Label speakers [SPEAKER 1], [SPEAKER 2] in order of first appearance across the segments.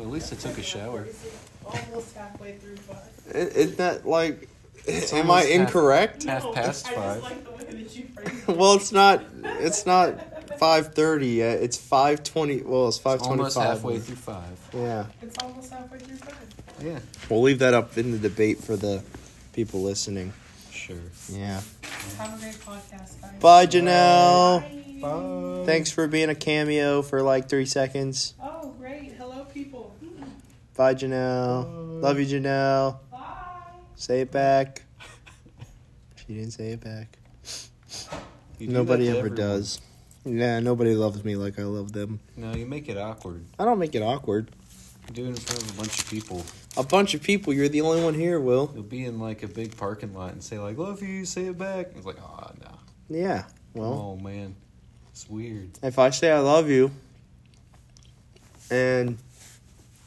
[SPEAKER 1] least I took a shower.
[SPEAKER 2] Almost halfway through five.
[SPEAKER 3] I- Isn't that like? am I
[SPEAKER 1] almost half-
[SPEAKER 3] incorrect?
[SPEAKER 1] Half past
[SPEAKER 2] I
[SPEAKER 1] five.
[SPEAKER 2] just like the way that you phrased it.
[SPEAKER 3] Well, it's not. It's not five thirty yet. It's five twenty. Well, it's five
[SPEAKER 1] Almost halfway
[SPEAKER 3] twenty-five.
[SPEAKER 1] through five.
[SPEAKER 3] Yeah,
[SPEAKER 2] It's almost halfway through five.
[SPEAKER 1] Yeah.
[SPEAKER 3] we'll leave that up in the debate for the people listening.
[SPEAKER 1] Sure.
[SPEAKER 3] Yeah.
[SPEAKER 2] Have a great podcast, guys.
[SPEAKER 3] Bye, Janelle.
[SPEAKER 1] Bye.
[SPEAKER 3] Thanks for being a cameo for like three seconds.
[SPEAKER 2] Oh, great. Hello, people. Hmm.
[SPEAKER 3] Bye, Janelle. Love you, Janelle.
[SPEAKER 2] Bye.
[SPEAKER 3] Say it back. She didn't say it back.
[SPEAKER 1] You do
[SPEAKER 3] Nobody
[SPEAKER 1] that
[SPEAKER 3] ever
[SPEAKER 1] to everyone.
[SPEAKER 3] does. Nah, nobody loves me like I love them.
[SPEAKER 1] No, you make it awkward.
[SPEAKER 3] I don't make it awkward.
[SPEAKER 1] You do it in front of a bunch of people.
[SPEAKER 3] A bunch of people. You're the only one here, Will.
[SPEAKER 1] You'll be in like a big parking lot and say like, "Love you," say it back. It's like, oh no.
[SPEAKER 3] Yeah. Well,
[SPEAKER 1] Oh man, it's weird.
[SPEAKER 3] if I say I love you, and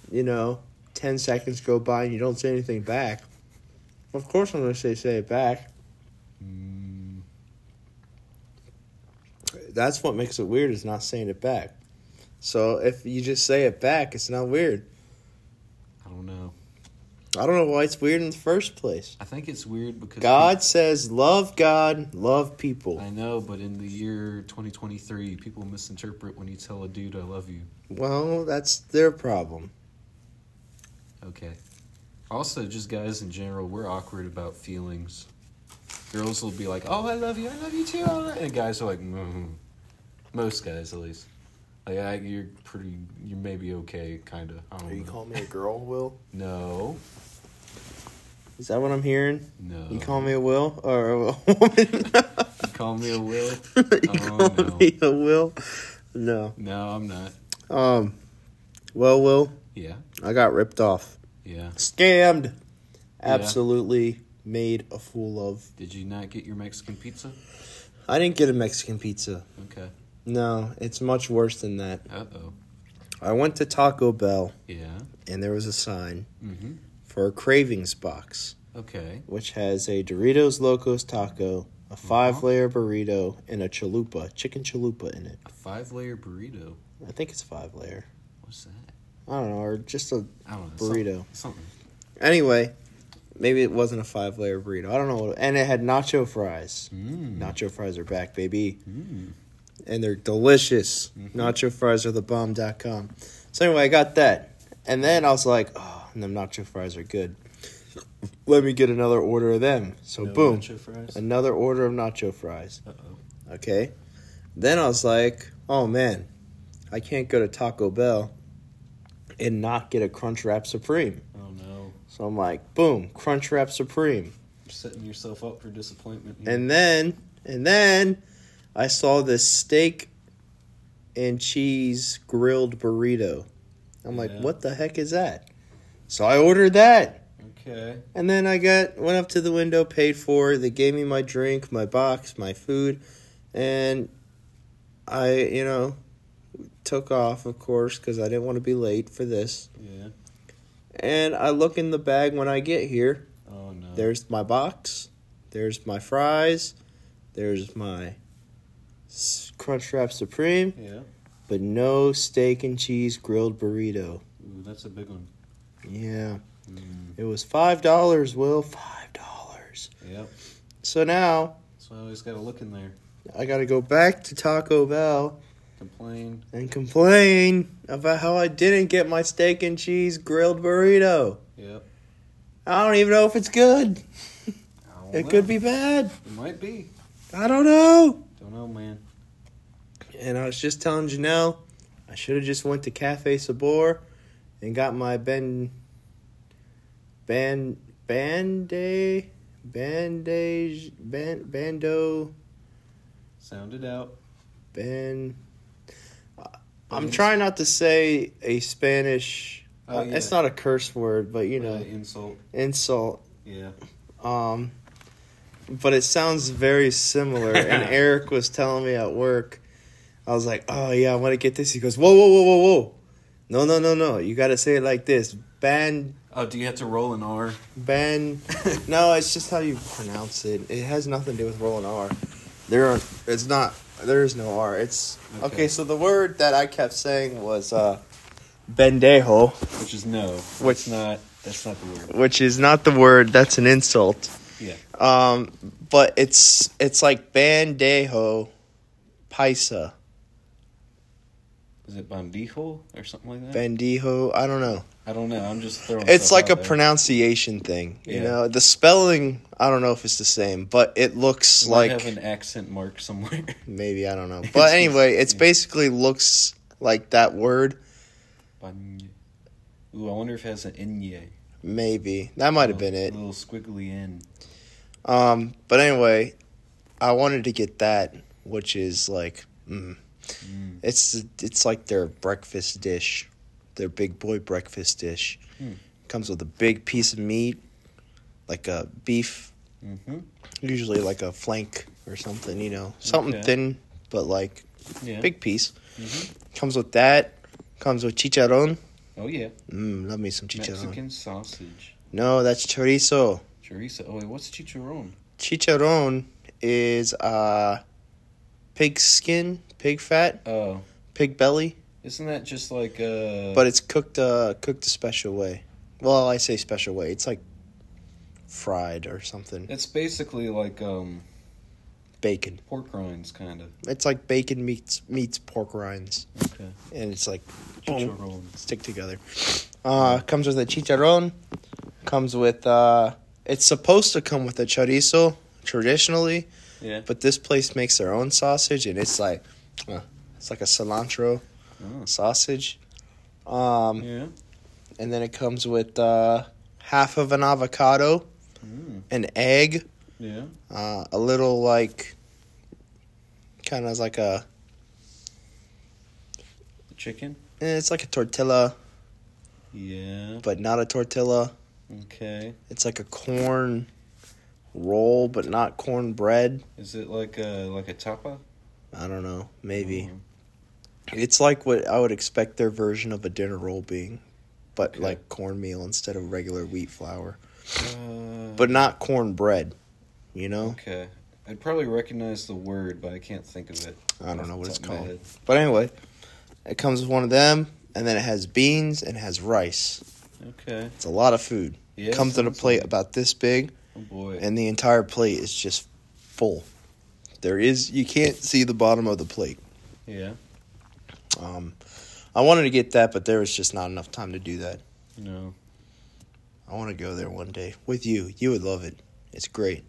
[SPEAKER 3] you know, ten seconds go by and you don't say anything back, of course I'm gonna say say it back.
[SPEAKER 1] Mm,
[SPEAKER 3] That's what makes it weird is not saying it back. So if you just say it back, it's not weird.
[SPEAKER 1] I don't know.
[SPEAKER 3] I don't know why it's weird in the first place.
[SPEAKER 1] I think it's weird because
[SPEAKER 3] God says, love God, love
[SPEAKER 1] peop-
[SPEAKER 3] people.
[SPEAKER 1] I know, but in the year 2023, people misinterpret when you tell a dude "I love you."
[SPEAKER 3] Well, that's their problem.
[SPEAKER 1] Okay. Also, just guys in general, we're awkward about feelings. Girls will be like, "Oh, I love you. I love you too," and guys are like, mm "Most guys, at least." Like, I, you're pretty. You're maybe okay, kind of. I don't know.
[SPEAKER 3] me a girl, Will?
[SPEAKER 1] no,
[SPEAKER 3] Is that what I'm hearing?
[SPEAKER 1] no.
[SPEAKER 3] You call me a Will or a woman?
[SPEAKER 1] You call me a will?
[SPEAKER 3] you
[SPEAKER 1] Oh,
[SPEAKER 3] call
[SPEAKER 1] no.
[SPEAKER 3] me a Will? No.
[SPEAKER 1] No, I'm not.
[SPEAKER 3] Um. Well, Will,
[SPEAKER 1] Yeah,
[SPEAKER 3] I got ripped off,
[SPEAKER 1] yeah.
[SPEAKER 3] scammed, absolutely made a fool of.
[SPEAKER 1] Did you not get your Mexican pizza?
[SPEAKER 3] I didn't get a Mexican pizza.
[SPEAKER 1] Okay.
[SPEAKER 3] No, it's much worse than that.
[SPEAKER 1] Uh oh.
[SPEAKER 3] I went to Taco Bell
[SPEAKER 1] Yeah.
[SPEAKER 3] and there was a sign
[SPEAKER 1] Mm-hmm.
[SPEAKER 3] for a cravings box.
[SPEAKER 1] Okay.
[SPEAKER 3] which has a Doritos Locos taco,
[SPEAKER 1] Uh-huh.
[SPEAKER 3] a five layer burrito, and a chalupa, chicken chalupa in it.
[SPEAKER 1] A five-layer burrito.
[SPEAKER 3] I think it's five layer.
[SPEAKER 1] What's that?
[SPEAKER 3] I don't know, or just a
[SPEAKER 1] I don't know.
[SPEAKER 3] burrito.
[SPEAKER 1] Something. something.
[SPEAKER 3] Anyway, maybe it wasn't a five layer burrito. I don't know. What, and it had nacho fries.
[SPEAKER 1] Mm.
[SPEAKER 3] Nacho fries are back, baby.
[SPEAKER 1] Mm.
[SPEAKER 3] And they're delicious. Nacho fries are the bomb.com. So anyway, I got that. And then I was like, oh, and them nacho fries are good. Let me get another order of them. So boom.
[SPEAKER 1] Nacho fries.
[SPEAKER 3] another order of nacho fries.
[SPEAKER 1] Uh oh.
[SPEAKER 3] Okay. Then I was like, oh man, I can't go to Taco Bell and not get a Crunch Wrap Supreme.
[SPEAKER 1] Oh no.
[SPEAKER 3] So I'm like, boom, Crunch Wrap Supreme.
[SPEAKER 1] You're setting yourself up for disappointment. here.
[SPEAKER 3] And then, and then I saw this steak and cheese grilled burrito. I'm like,
[SPEAKER 1] Yeah.
[SPEAKER 3] what the heck is that? So I ordered that.
[SPEAKER 1] okay.
[SPEAKER 3] And then I got went up to the window, paid for. it. They gave me my drink, my box, my food, and I, you know, took off, of course, because I didn't want to be late for this.
[SPEAKER 1] Yeah.
[SPEAKER 3] And I look in the bag when I get here.
[SPEAKER 1] Oh no.
[SPEAKER 3] There's my box. There's my fries. There's my s- Crunchwrap Supreme,
[SPEAKER 1] Yeah.
[SPEAKER 3] but no steak and cheese grilled burrito.
[SPEAKER 1] Ooh, that's a big one.
[SPEAKER 3] Yeah,
[SPEAKER 1] Mm.
[SPEAKER 3] it was five dollars. Will five dollars.
[SPEAKER 1] Yep.
[SPEAKER 3] So now.
[SPEAKER 1] So I always gotta look in there.
[SPEAKER 3] I gotta go back to Taco Bell
[SPEAKER 1] Complain.
[SPEAKER 3] and complain about how I didn't get my steak and cheese grilled burrito.
[SPEAKER 1] Yep.
[SPEAKER 3] I don't even know if it's good.
[SPEAKER 1] I don't
[SPEAKER 3] It
[SPEAKER 1] know.
[SPEAKER 3] could be bad.
[SPEAKER 1] It might be.
[SPEAKER 3] I don't know.
[SPEAKER 1] Don't know, man.
[SPEAKER 3] And I was just telling Janelle, I should have just went to Cafe Sabor and got my Ben Ban Bande Bandage Ban Bando
[SPEAKER 1] Sound it out.
[SPEAKER 3] Ben uh, I'm trying not to say a Spanish
[SPEAKER 1] Oh,
[SPEAKER 3] Uh,
[SPEAKER 1] yeah.
[SPEAKER 3] It's not a curse word, but you know,
[SPEAKER 1] Uh, insult.
[SPEAKER 3] insult.
[SPEAKER 1] Yeah.
[SPEAKER 3] Um, but it sounds very similar. and Eric was telling me at work, I was like, "Oh yeah, I want to get this." He goes, "Whoa, whoa, whoa, whoa, whoa! No, no, no, no! You got to say it like this: ban,
[SPEAKER 1] Oh, do you have to roll an R?
[SPEAKER 3] ban." no, it's just how you pronounce it. It has nothing to do with rolling R. There are. It's not. There is no R. It's okay.
[SPEAKER 1] Okay.
[SPEAKER 3] so the word that I kept saying was uh, bendejo,
[SPEAKER 1] which is no.
[SPEAKER 3] Which-
[SPEAKER 1] What's not? That's not the word.
[SPEAKER 3] which is not the word, that's an insult.
[SPEAKER 1] Yeah.
[SPEAKER 3] Um, but it's it's like bandejo paisa.
[SPEAKER 1] Is it bambijo or something like that?
[SPEAKER 3] Bandijo, I don't know.
[SPEAKER 1] I don't know. I'm just throwing.
[SPEAKER 3] It's
[SPEAKER 1] stuff
[SPEAKER 3] like a
[SPEAKER 1] out there.
[SPEAKER 3] pronunciation thing, you
[SPEAKER 1] Yeah.
[SPEAKER 3] know. The spelling, I don't know if it's the same, but it looks
[SPEAKER 1] It might
[SPEAKER 3] like
[SPEAKER 1] have an accent mark somewhere.
[SPEAKER 3] maybe I don't know.
[SPEAKER 1] It's
[SPEAKER 3] But
[SPEAKER 1] just-
[SPEAKER 3] anyway, it's
[SPEAKER 1] yeah.
[SPEAKER 3] basically looks like that word.
[SPEAKER 1] Bam- Ooh, I wonder if it has an inye.
[SPEAKER 3] Maybe that might have been it.
[SPEAKER 1] A little squiggly n.
[SPEAKER 3] Um, but anyway, I wanted to get that, which is like, mm,
[SPEAKER 1] Mm.
[SPEAKER 3] it's it's like their breakfast dish, their big boy breakfast dish.
[SPEAKER 1] Hmm.
[SPEAKER 3] Comes with a big piece of meat, like a beef,
[SPEAKER 1] Mm-hmm.
[SPEAKER 3] usually like a flank or something, you know, something
[SPEAKER 1] Okay.
[SPEAKER 3] thin but like
[SPEAKER 1] Yeah.
[SPEAKER 3] big piece.
[SPEAKER 1] Mhm.
[SPEAKER 3] Comes with that. Comes with chicharron.
[SPEAKER 1] Oh yeah.
[SPEAKER 3] Mm, love me some chicharron.
[SPEAKER 1] Mexican sausage.
[SPEAKER 3] No, that's chorizo.
[SPEAKER 1] Chorizo. Oh wait, what's chicharron?
[SPEAKER 3] Chicharron is uh, pig skin, pig fat.
[SPEAKER 1] Oh,
[SPEAKER 3] pig belly,
[SPEAKER 1] isn't that just like uh?
[SPEAKER 3] but it's cooked uh cooked a special way. Well, I say special way. It's like fried or something.
[SPEAKER 1] it's basically like um
[SPEAKER 3] Bacon.
[SPEAKER 1] pork rinds kind of.
[SPEAKER 3] It's like bacon meets meets pork rinds
[SPEAKER 1] Okay.
[SPEAKER 3] and it's like boom,
[SPEAKER 1] Chicharron.
[SPEAKER 3] stick together. Uh comes with a chicharron, comes with uh it's supposed to come with a chorizo traditionally,
[SPEAKER 1] Yeah.
[SPEAKER 3] but this place makes their own sausage and it's like uh, it's like a cilantro
[SPEAKER 1] Oh.
[SPEAKER 3] sausage. Um
[SPEAKER 1] Yeah.
[SPEAKER 3] and then it comes with uh, half of an avocado,
[SPEAKER 1] Mm.
[SPEAKER 3] an egg,
[SPEAKER 1] Yeah.
[SPEAKER 3] uh, a little like kind of like a
[SPEAKER 1] Chicken.
[SPEAKER 3] eh, it's like a tortilla,
[SPEAKER 1] Yeah.
[SPEAKER 3] but not a tortilla.
[SPEAKER 1] Okay.
[SPEAKER 3] It's like a corn roll, but not corn bread.
[SPEAKER 1] Is it like a like a tapa?
[SPEAKER 3] I don't know, maybe
[SPEAKER 1] Mhm.
[SPEAKER 3] it's like what I would expect their version of a dinner roll being, but
[SPEAKER 1] Okay.
[SPEAKER 3] like cornmeal instead of regular wheat flour,
[SPEAKER 1] Uh,
[SPEAKER 3] but not corn bread. You know,
[SPEAKER 1] okay. I'd probably recognize the word, but I can't think of it.
[SPEAKER 3] I
[SPEAKER 1] off
[SPEAKER 3] don't know
[SPEAKER 1] the
[SPEAKER 3] what it's
[SPEAKER 1] top of my
[SPEAKER 3] called.
[SPEAKER 1] head.
[SPEAKER 3] But anyway, it comes with one of them, and then it has beans and it has rice.
[SPEAKER 1] Okay.
[SPEAKER 3] It's a lot of food.
[SPEAKER 1] Yeah,
[SPEAKER 3] it comes in a
[SPEAKER 1] sounds
[SPEAKER 3] plate
[SPEAKER 1] like-
[SPEAKER 3] about this big,
[SPEAKER 1] Oh boy.
[SPEAKER 3] and the entire plate is just full. There is you can't see the bottom of the plate.
[SPEAKER 1] yeah.
[SPEAKER 3] Um, I wanted to get that, but there was just not enough time to do that.
[SPEAKER 1] No.
[SPEAKER 3] I want to go there one day with you. You would love it. It's great.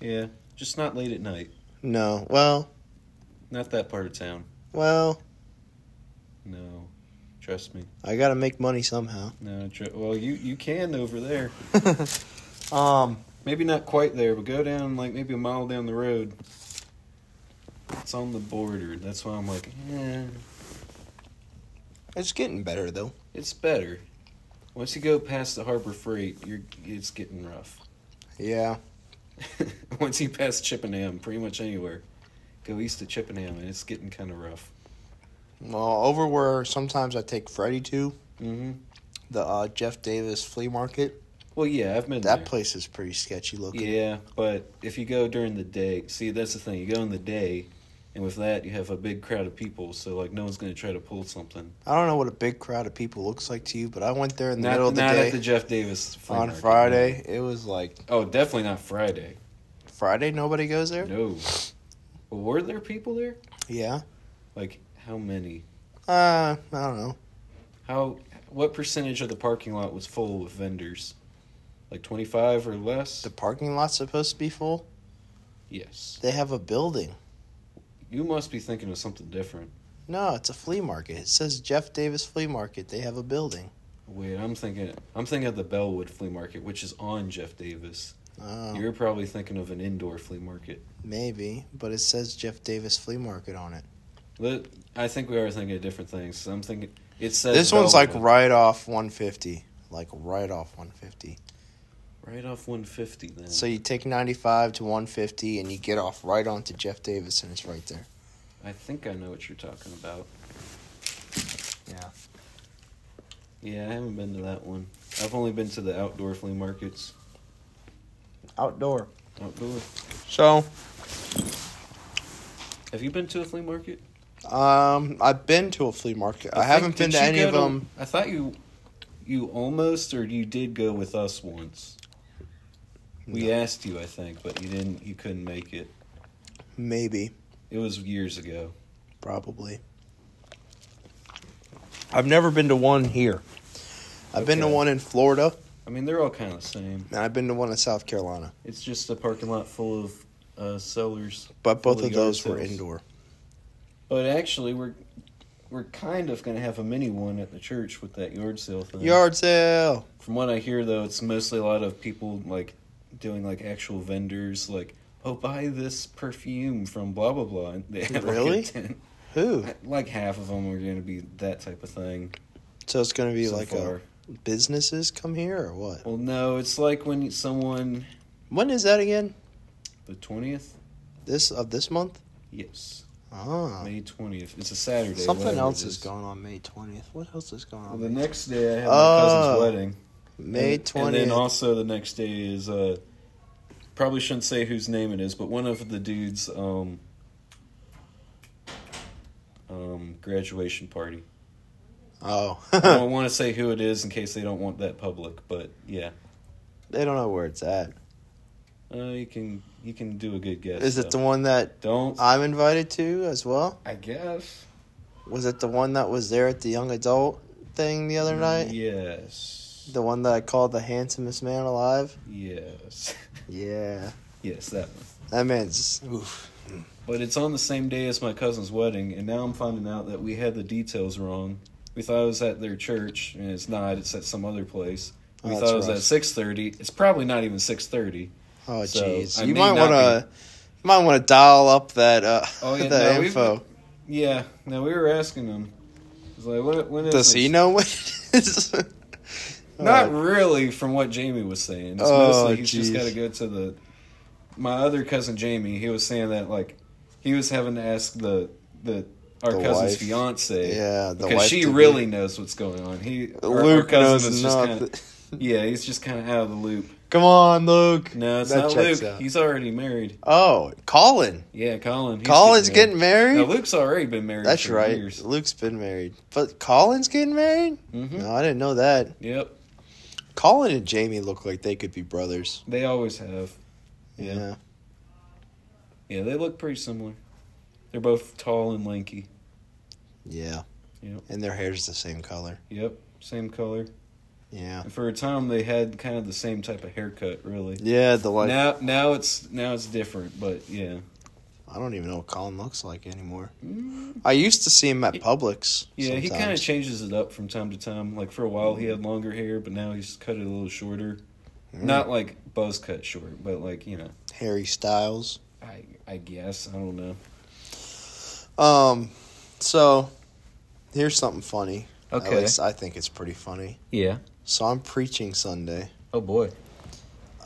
[SPEAKER 1] Yeah. Just not late at night.
[SPEAKER 3] No, well,
[SPEAKER 1] Not that part of town.
[SPEAKER 3] well,
[SPEAKER 1] No. Trust me.
[SPEAKER 3] I gotta make money somehow.
[SPEAKER 1] No. Tr- well, you you can over there.
[SPEAKER 3] um,
[SPEAKER 1] Maybe not quite there, but go down like maybe a mile down the road. It's on the border. That's why I'm like, eh,
[SPEAKER 3] it's getting better though.
[SPEAKER 1] it's better. Once you go past the Harbor Freight, you're it's getting rough.
[SPEAKER 3] Yeah,
[SPEAKER 1] Once you pass Chippenham, pretty much anywhere, go east of Chippenham, and it's getting kind of rough.
[SPEAKER 3] well, over where sometimes I take Freddie to.
[SPEAKER 1] Mm-hmm.
[SPEAKER 3] the uh, Jeff Davis flea market.
[SPEAKER 1] Well, yeah, I've been
[SPEAKER 3] That
[SPEAKER 1] there.
[SPEAKER 3] place is pretty sketchy looking.
[SPEAKER 1] Yeah, but if you go during the day, see that's the thing. You go in the day, and with that you have a big crowd of people, so like no one's gonna try to pull something.
[SPEAKER 3] I don't know what a big crowd of people looks like to you, but I went there in the
[SPEAKER 1] Not,
[SPEAKER 3] middle of the
[SPEAKER 1] not
[SPEAKER 3] day
[SPEAKER 1] at the Jeff Davis flea
[SPEAKER 3] on
[SPEAKER 1] market,
[SPEAKER 3] Friday. It was like
[SPEAKER 1] no. Oh, definitely not Friday.
[SPEAKER 3] Friday. Nobody goes there.
[SPEAKER 1] No. Well, were there people there?
[SPEAKER 3] Yeah.
[SPEAKER 1] Like how many?
[SPEAKER 3] Uh, I don't know.
[SPEAKER 1] How? What percentage of the parking lot was full with vendors? Like twenty five or less?
[SPEAKER 3] The parking lot's supposed to be full.
[SPEAKER 1] yes.
[SPEAKER 3] They have a building.
[SPEAKER 1] You must be thinking of something different.
[SPEAKER 3] No, it's a flea market. It says Jeff Davis Flea Market. They have a building.
[SPEAKER 1] Wait, I'm thinking. I'm thinking of the Bellwood Flea Market, which is on Jeff Davis.
[SPEAKER 3] Oh,
[SPEAKER 1] You're probably thinking of an indoor flea market.
[SPEAKER 3] maybe, but it says Jeff Davis Flea Market on it.
[SPEAKER 1] Let- I think we are thinking of different things. So I'm thinking it says
[SPEAKER 3] This one's like
[SPEAKER 1] Bellwood
[SPEAKER 3] right off 150. Like right off 150.
[SPEAKER 1] right off 150. Then
[SPEAKER 3] So you take 95 to 150 and you get off right onto Jeff Davis and it's right there.
[SPEAKER 1] I think I know what you're talking about.
[SPEAKER 3] Yeah.
[SPEAKER 1] Yeah, I haven't been to that one. I've only been to the outdoor flea markets.
[SPEAKER 3] Outdoor.
[SPEAKER 1] Outdoor.
[SPEAKER 3] So
[SPEAKER 1] Have you been to a flea market?
[SPEAKER 3] Um, I've been to a flea market. I,
[SPEAKER 1] think-
[SPEAKER 3] haven't been
[SPEAKER 1] did
[SPEAKER 3] to
[SPEAKER 1] you
[SPEAKER 3] any
[SPEAKER 1] go
[SPEAKER 3] of them.
[SPEAKER 1] I thought you, you almost or you did go with us once. We asked you, I think, but you didn't. You couldn't make it.
[SPEAKER 3] Maybe,
[SPEAKER 1] It was years ago.
[SPEAKER 3] probably. I've never been to one here. I've been to
[SPEAKER 1] Okay.
[SPEAKER 3] one in Florida,
[SPEAKER 1] I mean, they're all kind of the same.
[SPEAKER 3] and I've been to one in South Carolina.
[SPEAKER 1] It's just a parking lot full of uh, sellers.
[SPEAKER 3] But both
[SPEAKER 1] Full
[SPEAKER 3] of
[SPEAKER 1] yard
[SPEAKER 3] those were
[SPEAKER 1] sales.
[SPEAKER 3] indoor.
[SPEAKER 1] But actually, we're we're kind of going to have a mini one at the church with that yard sale thing.
[SPEAKER 3] Yard sale.
[SPEAKER 1] From what I hear, though, it's mostly a lot of people like doing like actual vendors, like oh, buy this perfume from blah blah blah. And they have, like, a
[SPEAKER 3] Really?
[SPEAKER 1] tent.
[SPEAKER 3] Who?
[SPEAKER 1] Like half of them are going to be that type of thing.
[SPEAKER 3] So it's gonna be
[SPEAKER 1] so
[SPEAKER 3] like
[SPEAKER 1] far.
[SPEAKER 3] a businesses come here or what?
[SPEAKER 1] Well, no, it's like when someone
[SPEAKER 3] When is that again?
[SPEAKER 1] the twentieth.
[SPEAKER 3] This of this month?
[SPEAKER 1] Yes,
[SPEAKER 3] Ah,
[SPEAKER 1] May twentieth. It's a Saturday.
[SPEAKER 3] something
[SPEAKER 1] whatever
[SPEAKER 3] else
[SPEAKER 1] it
[SPEAKER 3] is going on May twentieth. What else is going
[SPEAKER 1] Well,
[SPEAKER 3] on?
[SPEAKER 1] the
[SPEAKER 3] May-
[SPEAKER 1] next day, I have my
[SPEAKER 3] Oh.
[SPEAKER 1] cousin's wedding.
[SPEAKER 3] May
[SPEAKER 1] And- And then
[SPEAKER 3] twentieth.
[SPEAKER 1] also the next day is uh probably shouldn't say whose name it is, but one of the dudes um um graduation party. I
[SPEAKER 3] Oh,
[SPEAKER 1] don't want to say who it is in case they don't want that public, but yeah.
[SPEAKER 3] they don't know where it's at.
[SPEAKER 1] Uh, you can you can do a good guess.
[SPEAKER 3] Is it the
[SPEAKER 1] though.
[SPEAKER 3] one that
[SPEAKER 1] Don't
[SPEAKER 3] I'm invited to as well?
[SPEAKER 1] I guess.
[SPEAKER 3] Was it the one that was there at the young adult thing the other night?
[SPEAKER 1] Yes.
[SPEAKER 3] The one that I called the handsomest man alive?
[SPEAKER 1] Yes.
[SPEAKER 3] Yeah,
[SPEAKER 1] yes, that one.
[SPEAKER 3] that man's oof.
[SPEAKER 1] But it's on the same day as my cousin's wedding, and now I'm finding out that we had the details wrong. We thought it was at their church, and it's not. It's at some other place. We
[SPEAKER 3] Oh,
[SPEAKER 1] thought it
[SPEAKER 3] that's
[SPEAKER 1] was at six thirty. It's probably not even six thirty.
[SPEAKER 3] Oh
[SPEAKER 1] So,
[SPEAKER 3] jeez,
[SPEAKER 1] I
[SPEAKER 3] you
[SPEAKER 1] may
[SPEAKER 3] might want
[SPEAKER 1] not
[SPEAKER 3] to, you might want to dial up that uh,
[SPEAKER 1] Oh, yeah,
[SPEAKER 3] that
[SPEAKER 1] no, we've-
[SPEAKER 3] info.
[SPEAKER 1] Yeah. Now we were asking him. It's like, when, when is
[SPEAKER 3] Does
[SPEAKER 1] this?
[SPEAKER 3] he know what it is?
[SPEAKER 1] Not
[SPEAKER 3] Uh,
[SPEAKER 1] really, from what Jamie was saying. It's
[SPEAKER 3] Oh,
[SPEAKER 1] mostly he's just
[SPEAKER 3] jeez.
[SPEAKER 1] got to go to the. My other cousin Jamie, he was saying that like, he was having to ask the the our
[SPEAKER 3] The
[SPEAKER 1] cousin's
[SPEAKER 3] wife.
[SPEAKER 1] fiance.
[SPEAKER 3] yeah, the
[SPEAKER 1] because
[SPEAKER 3] wife
[SPEAKER 1] she
[SPEAKER 3] did
[SPEAKER 1] really
[SPEAKER 3] it.
[SPEAKER 1] knows what's going on. He our- our
[SPEAKER 3] Luke
[SPEAKER 1] cousin
[SPEAKER 3] knows
[SPEAKER 1] is just
[SPEAKER 3] nothing.
[SPEAKER 1] kinda- yeah, he's just kind of out of the loop.
[SPEAKER 3] Come on, Luke.
[SPEAKER 1] No, it's
[SPEAKER 3] That
[SPEAKER 1] not
[SPEAKER 3] checks
[SPEAKER 1] Luke.
[SPEAKER 3] out.
[SPEAKER 1] He's already married.
[SPEAKER 3] Oh, Colin.
[SPEAKER 1] Yeah, Colin. He's
[SPEAKER 3] Colin's getting married.
[SPEAKER 1] No, Luke's already been married.
[SPEAKER 3] That's
[SPEAKER 1] for
[SPEAKER 3] right.
[SPEAKER 1] Years.
[SPEAKER 3] Luke's been married, but Colin's getting married.
[SPEAKER 1] hmm
[SPEAKER 3] No, I didn't know that.
[SPEAKER 1] Yep,
[SPEAKER 3] Colin and Jamie look like they could be brothers.
[SPEAKER 1] they always have.
[SPEAKER 3] Yeah.
[SPEAKER 1] Yeah. yeah, they look pretty similar. They're both tall and lanky.
[SPEAKER 3] Yeah.
[SPEAKER 1] Yep.
[SPEAKER 3] And their hair's the same color.
[SPEAKER 1] Yep, same color.
[SPEAKER 3] Yeah.
[SPEAKER 1] And for a time, they had kind of the same type of haircut. Really.
[SPEAKER 3] Yeah. The like.
[SPEAKER 1] Now, now it's now it's different, but yeah.
[SPEAKER 3] I don't even know what Colin looks like anymore.
[SPEAKER 1] Mm.
[SPEAKER 3] I used to see him at Publix.
[SPEAKER 1] Yeah, he kind of
[SPEAKER 3] sometimes.
[SPEAKER 1] changes it up from time to time. Like for a while, he had longer hair, but now he's cut it a little shorter.
[SPEAKER 3] Mm.
[SPEAKER 1] Not like buzz cut short, but like you know,
[SPEAKER 3] Harry Styles.
[SPEAKER 1] I I guess I don't know.
[SPEAKER 3] Um, so here's something funny. At
[SPEAKER 1] Okay.
[SPEAKER 3] least I think it's pretty funny.
[SPEAKER 1] Yeah.
[SPEAKER 3] So I'm preaching Sunday.
[SPEAKER 1] Oh boy,